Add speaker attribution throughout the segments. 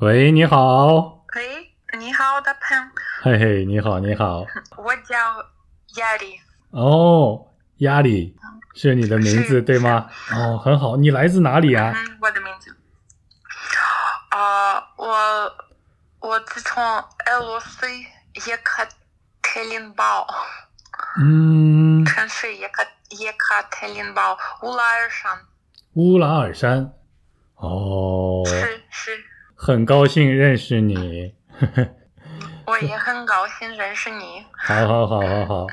Speaker 1: 喂，你好，
Speaker 2: 喂，你好，大潘，
Speaker 1: 嘿嘿，你好，你好。
Speaker 2: 我叫亚丽，
Speaker 1: 哦，压力是你的名字对吗？哦，很好，你来自哪里啊？
Speaker 2: 嗯，我的名字。啊，我我自从俄罗斯叶卡特林堡
Speaker 1: 嗯，
Speaker 2: 城市叶卡叶卡特林堡乌拉尔山，
Speaker 1: 乌拉尔山。哦，
Speaker 2: 是是，
Speaker 1: 很高兴认识你。
Speaker 2: 我也很高兴认识你。
Speaker 1: 好好好好好，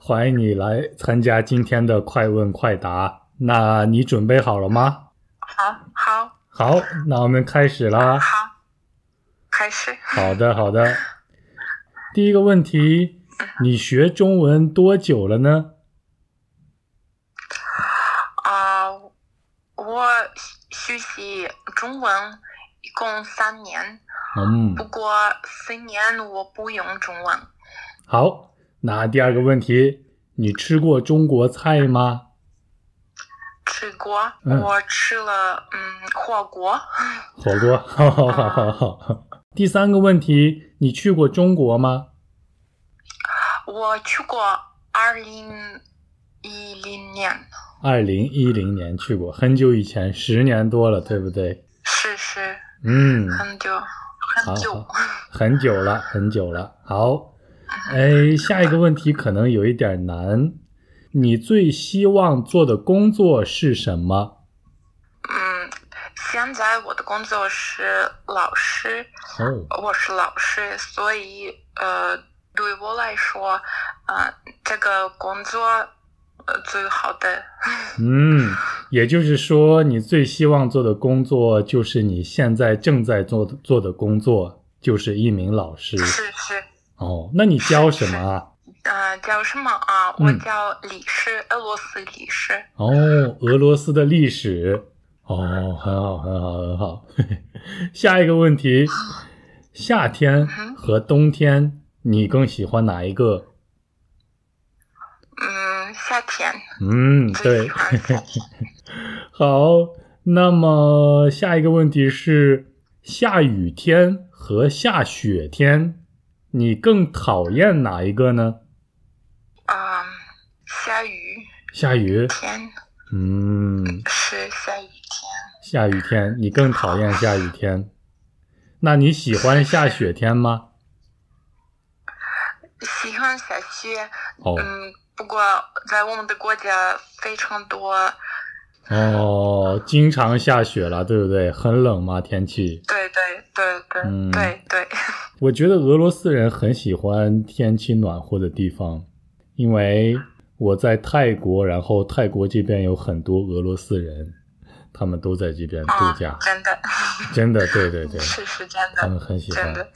Speaker 1: 欢迎你来参加今天的快问快答。那你准备好了吗？
Speaker 2: 好，好，
Speaker 1: 好，那我们开始啦。
Speaker 2: 好，开始。
Speaker 1: 好的，好的。第一个问题，你学中文多久了呢？
Speaker 2: 啊、我学习中文一共三年。
Speaker 1: 嗯，
Speaker 2: 不过四年我不用中文，
Speaker 1: 好。那第二个问题，你吃过中国菜吗？
Speaker 2: 吃过，
Speaker 1: 嗯
Speaker 2: 我吃了嗯火锅，
Speaker 1: 火锅。好好好好好。 第三个问题，你去过中国吗？
Speaker 2: 我去过二零一零年，
Speaker 1: 二零一零年去过，很久以前，十年多了，对不对？
Speaker 2: 是是
Speaker 1: 嗯，
Speaker 2: 很久
Speaker 1: 好
Speaker 2: 很久，
Speaker 1: 很久了，很久了。好，哎，下一个问题可能有一点难，你最希望做的工作是什么？
Speaker 2: 嗯，现在我的工作是老师，
Speaker 1: 哦，
Speaker 2: 我是老师，所以呃对我来说，呃这个工作呃最好的，
Speaker 1: 嗯，也就是说，你最希望做的工作就是你现在正在做的做的工作，就是一名老师。
Speaker 2: 是是。
Speaker 1: 哦，那你教什么啊？
Speaker 2: 呃，叫什么啊？我
Speaker 1: 嗯
Speaker 2: 叫李氏，俄罗斯李氏。
Speaker 1: 哦，俄罗斯的历史。哦，很好，很好，很好。 下一个问题，夏天和冬天，你更喜欢哪一个？
Speaker 2: 嗯，夏天
Speaker 1: 嗯，
Speaker 2: 最
Speaker 1: 对
Speaker 2: 喜，欢夏天。
Speaker 1: 好。那么下一个问题是，下雨天和下雪天，你更讨厌哪一个呢？
Speaker 2: 啊、下雨
Speaker 1: 下雨，
Speaker 2: 天
Speaker 1: 嗯，
Speaker 2: 是下雨天。
Speaker 1: 下雨天，你更讨厌下雨天。那你喜欢下雪天吗？
Speaker 2: 喜欢下雪，
Speaker 1: 哦
Speaker 2: 嗯，不过在我们的国家非常多。
Speaker 1: 哦，经常下雪了，对不对？很冷嘛，天气。
Speaker 2: 对对对对、
Speaker 1: 嗯
Speaker 2: 对对，
Speaker 1: 我觉得俄罗斯人很喜欢天气暖和的地方，因为我在泰国，然后泰国这边有很多俄罗斯人，他们都在这边
Speaker 2: 啊
Speaker 1: 度假，，
Speaker 2: 真的
Speaker 1: 真的，对对对，
Speaker 2: 是是真
Speaker 1: 他们
Speaker 2: 的，
Speaker 1: 很喜
Speaker 2: 真
Speaker 1: 欢。
Speaker 2: 的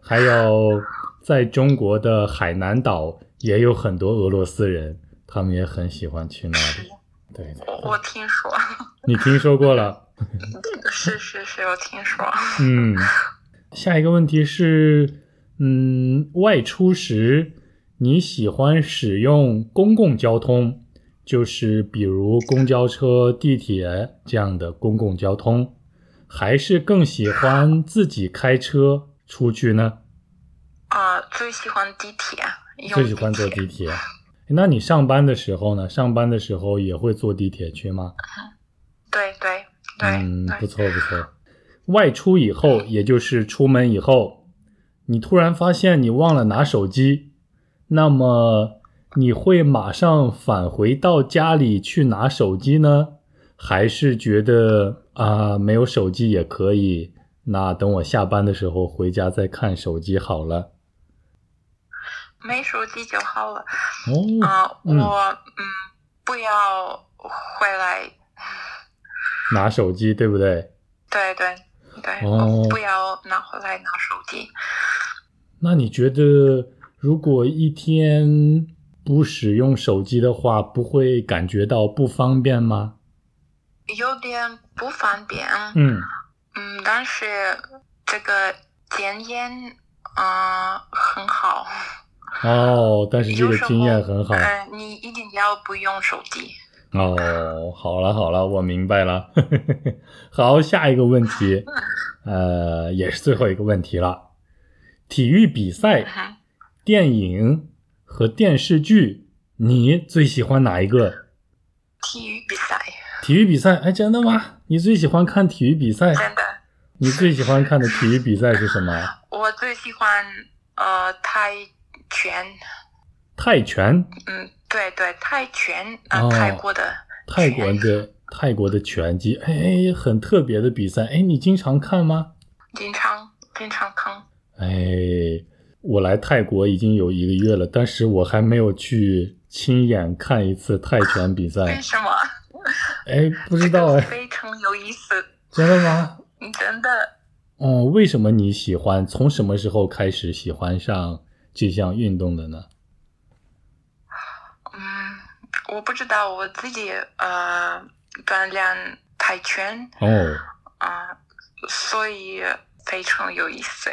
Speaker 1: 还有在中国的海南岛也有很多俄罗斯人，他们也很喜欢去那
Speaker 2: 是
Speaker 1: 里。。对对，
Speaker 2: 我我听说，
Speaker 1: 你听说过了？
Speaker 2: 是是是，我听说。
Speaker 1: 嗯，下一个问题是，嗯，外出时你喜欢使用公共交通，就是比如公交车、地铁这样的公共交通，还是更喜欢自己开车出去呢？
Speaker 2: 啊、最喜欢地铁，用
Speaker 1: 最喜欢坐
Speaker 2: 地
Speaker 1: 地
Speaker 2: 铁。
Speaker 1: 铁。那你上班的时候呢？上班的时候也会坐地铁去吗？
Speaker 2: 对对对，
Speaker 1: 嗯，
Speaker 2: 对
Speaker 1: 不错不错。外出以后，也就是出门以后，你突然发现你忘了拿手机，那么你会马上返回到家里去拿手机呢，还是觉得啊没有手机也可以？那等我下班的时候回家再看手机好了。
Speaker 2: 没手机就好了。
Speaker 1: 哦，
Speaker 2: 啊、
Speaker 1: 嗯
Speaker 2: 我嗯，不要回来。
Speaker 1: 拿手机对不对？
Speaker 2: 对对对，
Speaker 1: 哦
Speaker 2: 我不要拿回来拿手机。
Speaker 1: 那你觉得，如果一天不使用手机的话，不会感觉到不方便吗？
Speaker 2: 有点不方便，
Speaker 1: 嗯，
Speaker 2: 嗯，但是这个戒烟，嗯、很好。
Speaker 1: 哦，但是这
Speaker 2: 有
Speaker 1: 个
Speaker 2: 时候呃
Speaker 1: 经验很好
Speaker 2: 嗯、你一定要不用手机。
Speaker 1: 哦，好了好了，我明白了。 好，下一个问题，呃，也是最后一个问题了。体育比赛、
Speaker 2: 嗯
Speaker 1: 电影和电视剧，你最喜欢哪一个？
Speaker 2: 体育比赛，
Speaker 1: 体育比赛？哎，真的吗？你最喜欢看体育比赛？
Speaker 2: 真的，
Speaker 1: 你最喜欢看的体育比赛是什么？
Speaker 2: 我最喜欢呃泰拳，
Speaker 1: 泰拳，
Speaker 2: 嗯，对对，泰拳啊、呃
Speaker 1: 哦
Speaker 2: 泰国的
Speaker 1: 泰国的泰国的拳击，哎，很特别的比赛。哎，你经常看吗？
Speaker 2: 经常经常看，
Speaker 1: 哎，我来泰国已经有一个月了，但是我还没有去亲眼看一次泰拳比赛
Speaker 2: 为。什么？
Speaker 1: 哎，不
Speaker 2: 这
Speaker 1: 知道
Speaker 2: 个
Speaker 1: 哎，
Speaker 2: 非常有意思，
Speaker 1: 真的吗？
Speaker 2: 嗯真的。
Speaker 1: 哦，为什么你喜欢？从什么时候开始喜欢上这项运动的呢？
Speaker 2: 嗯，我不知道我自己呃锻炼泰拳
Speaker 1: 哦，
Speaker 2: 啊、所以非常有意思。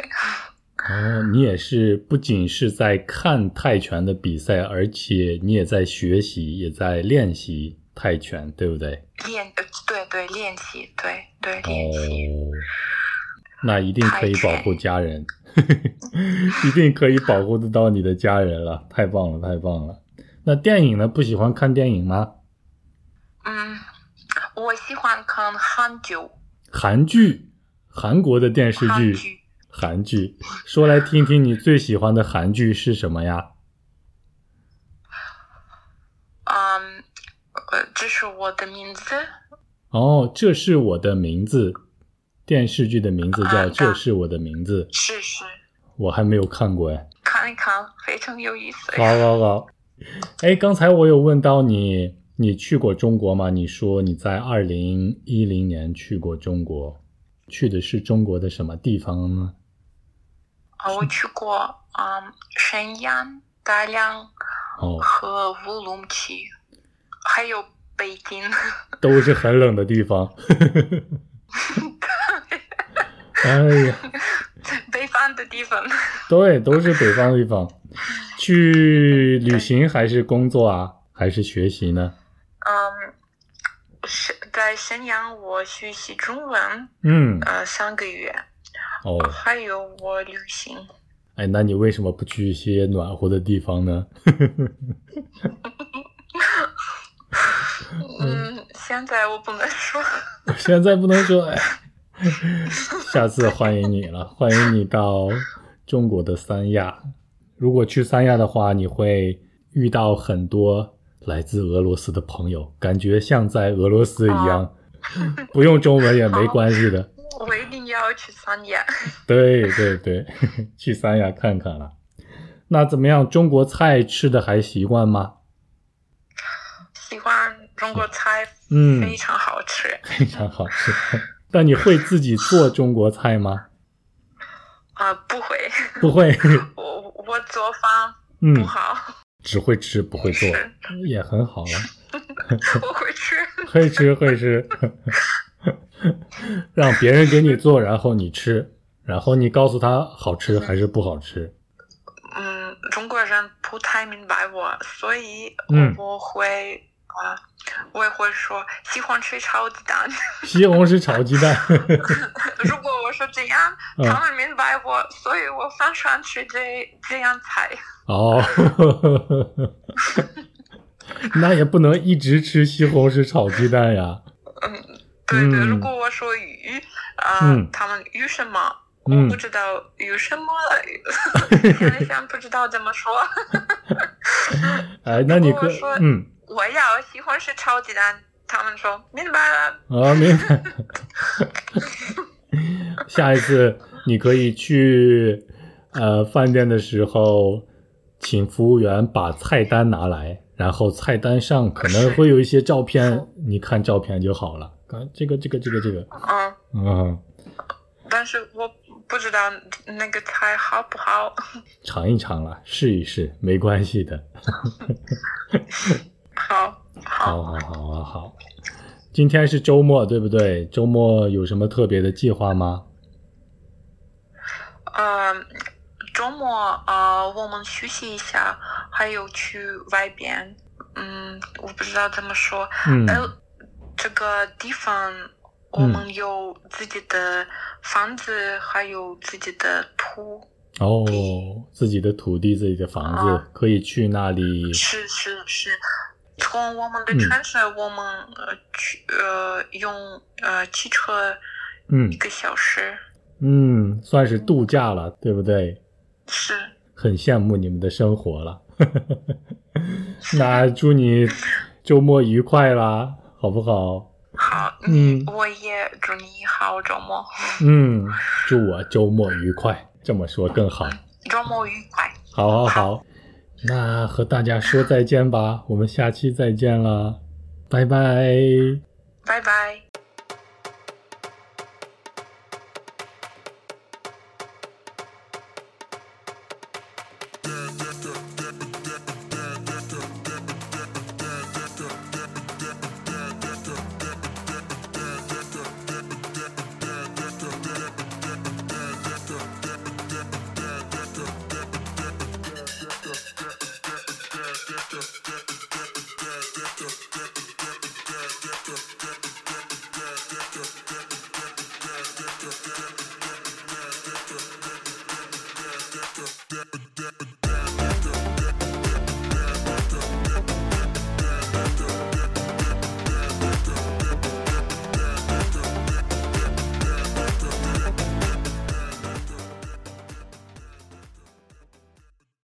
Speaker 1: 哦，你也是不仅是在看泰拳的比赛，而且你也在学习，也在练习泰拳，对不哦对？
Speaker 2: 练呃对对练习，对对练习。
Speaker 1: 哦，那一定可以保护家人， 一定可以保护得到你的家人了，太棒了，太棒了。那电影呢？不喜欢看电影吗？
Speaker 2: 嗯，我喜欢看韩剧，
Speaker 1: 韩剧，韩国的电视
Speaker 2: 韩
Speaker 1: 剧，
Speaker 2: 剧
Speaker 1: 韩剧。说来听听，你最喜欢的韩剧是什么呀？
Speaker 2: 嗯，呃，这是我的名字，
Speaker 1: 哦，这是我的名字，电视剧的名字叫
Speaker 2: 啊
Speaker 1: 《这是我的名字》，
Speaker 2: 是是，
Speaker 1: 我还没有看过哎。
Speaker 2: 看一看，非常有意思。
Speaker 1: 好好好，哎，刚才我有问到你，你去过中国吗？你说你在二零一零年去过中国，去的是中国的什么地方呢？
Speaker 2: 啊，我去过嗯沈阳、大连
Speaker 1: 哦，
Speaker 2: 和乌鲁木齐，还有北京。
Speaker 1: 都是很冷的地方。哎呀，
Speaker 2: 北方的地方，
Speaker 1: 对，都是北方地方。去旅行还是工作啊？还是学习呢？
Speaker 2: 嗯，是在沈阳我学习中文，
Speaker 1: 嗯，
Speaker 2: 呃，三个月，
Speaker 1: 哦，
Speaker 2: 还有我旅行，
Speaker 1: 哎，那你为什么不去一些暖和的地方呢？
Speaker 2: 嗯，现在我不能说，
Speaker 1: 现在不能说，哎，下次欢迎你了，欢迎你到中国的三亚。如果去三亚的话，你会遇到很多来自俄罗斯的朋友，感觉像在俄罗斯一样， 不用中文也没关系的。
Speaker 2: 我一定要去三亚。
Speaker 1: 对对对， 去三亚看看了。那怎么样？中国菜吃的还习惯吗？
Speaker 2: 喜欢中国菜，
Speaker 1: 嗯
Speaker 2: 非常好吃。
Speaker 1: 非常好吃。但你会自己做中国菜吗？
Speaker 2: 啊、不会，
Speaker 1: 不 会，
Speaker 2: 我我做饭
Speaker 1: 嗯
Speaker 2: 不，好，
Speaker 1: 只会吃不会做。
Speaker 2: 吃
Speaker 1: 也很好了，
Speaker 2: 我会吃。
Speaker 1: 会吃会吃， 让别人给你做，然后你吃，然后你告诉他好吃还是不好吃。
Speaker 2: 嗯，中国人不太明白我，所以
Speaker 1: 嗯
Speaker 2: 我会啊、我也会说喜欢吃炒鸡蛋。
Speaker 1: 西红柿炒鸡蛋，
Speaker 2: 如果我说这样，
Speaker 1: 嗯
Speaker 2: 他们明白我，所以我放上去这这样菜。
Speaker 1: 哦， 那也不能一直吃西红柿炒鸡蛋呀。
Speaker 2: 对对，
Speaker 1: 嗯
Speaker 2: 如果我说鱼，啊、
Speaker 1: 嗯
Speaker 2: 他们鱼什么？
Speaker 1: 嗯
Speaker 2: 我不知道鱼什么，想一想不知道怎么说。
Speaker 1: 哎，那你可
Speaker 2: 如果说
Speaker 1: 嗯
Speaker 2: 我要喜欢吃炒鸡蛋，他们说明白了。
Speaker 1: 啊，明白。 下一次你可以去呃饭店的时候，请服务员把菜单拿来，然后菜单上可能会有一些照片，你看照片就好了。啊，这个这个这个这个，
Speaker 2: 嗯，
Speaker 1: 嗯，
Speaker 2: 但是我不知道那个菜好不好。
Speaker 1: 尝一尝啦，试一试，没关系的。
Speaker 2: 好，
Speaker 1: 好好好好好。今天是周末，对不对？周末有什么特别的计划吗？
Speaker 2: 嗯，周末啊、呃我们休息一下，还有去外边，嗯，我不知道怎么说，
Speaker 1: 嗯嗯
Speaker 2: 呃，这个地方我们有自己的房子，还有自己的土，
Speaker 1: 哦，自己的土地、自己的房子
Speaker 2: 啊，
Speaker 1: 可以去那里。
Speaker 2: 是是是。从我们的
Speaker 1: 嗯
Speaker 2: 城市，我们呃去呃用呃汽车
Speaker 1: 嗯
Speaker 2: 一个小时，
Speaker 1: 嗯，算是度假了，对不对？
Speaker 2: 是
Speaker 1: 很羡慕你们的生活了。 那祝你周末愉快啦，好不好？
Speaker 2: 好，
Speaker 1: 嗯
Speaker 2: 我也祝你好周末，
Speaker 1: 嗯，祝我周末愉快，这么说更好。
Speaker 2: 周末愉快，
Speaker 1: 好好好，那和大家说再见吧，我们下期再见啦，拜拜。
Speaker 2: 拜拜。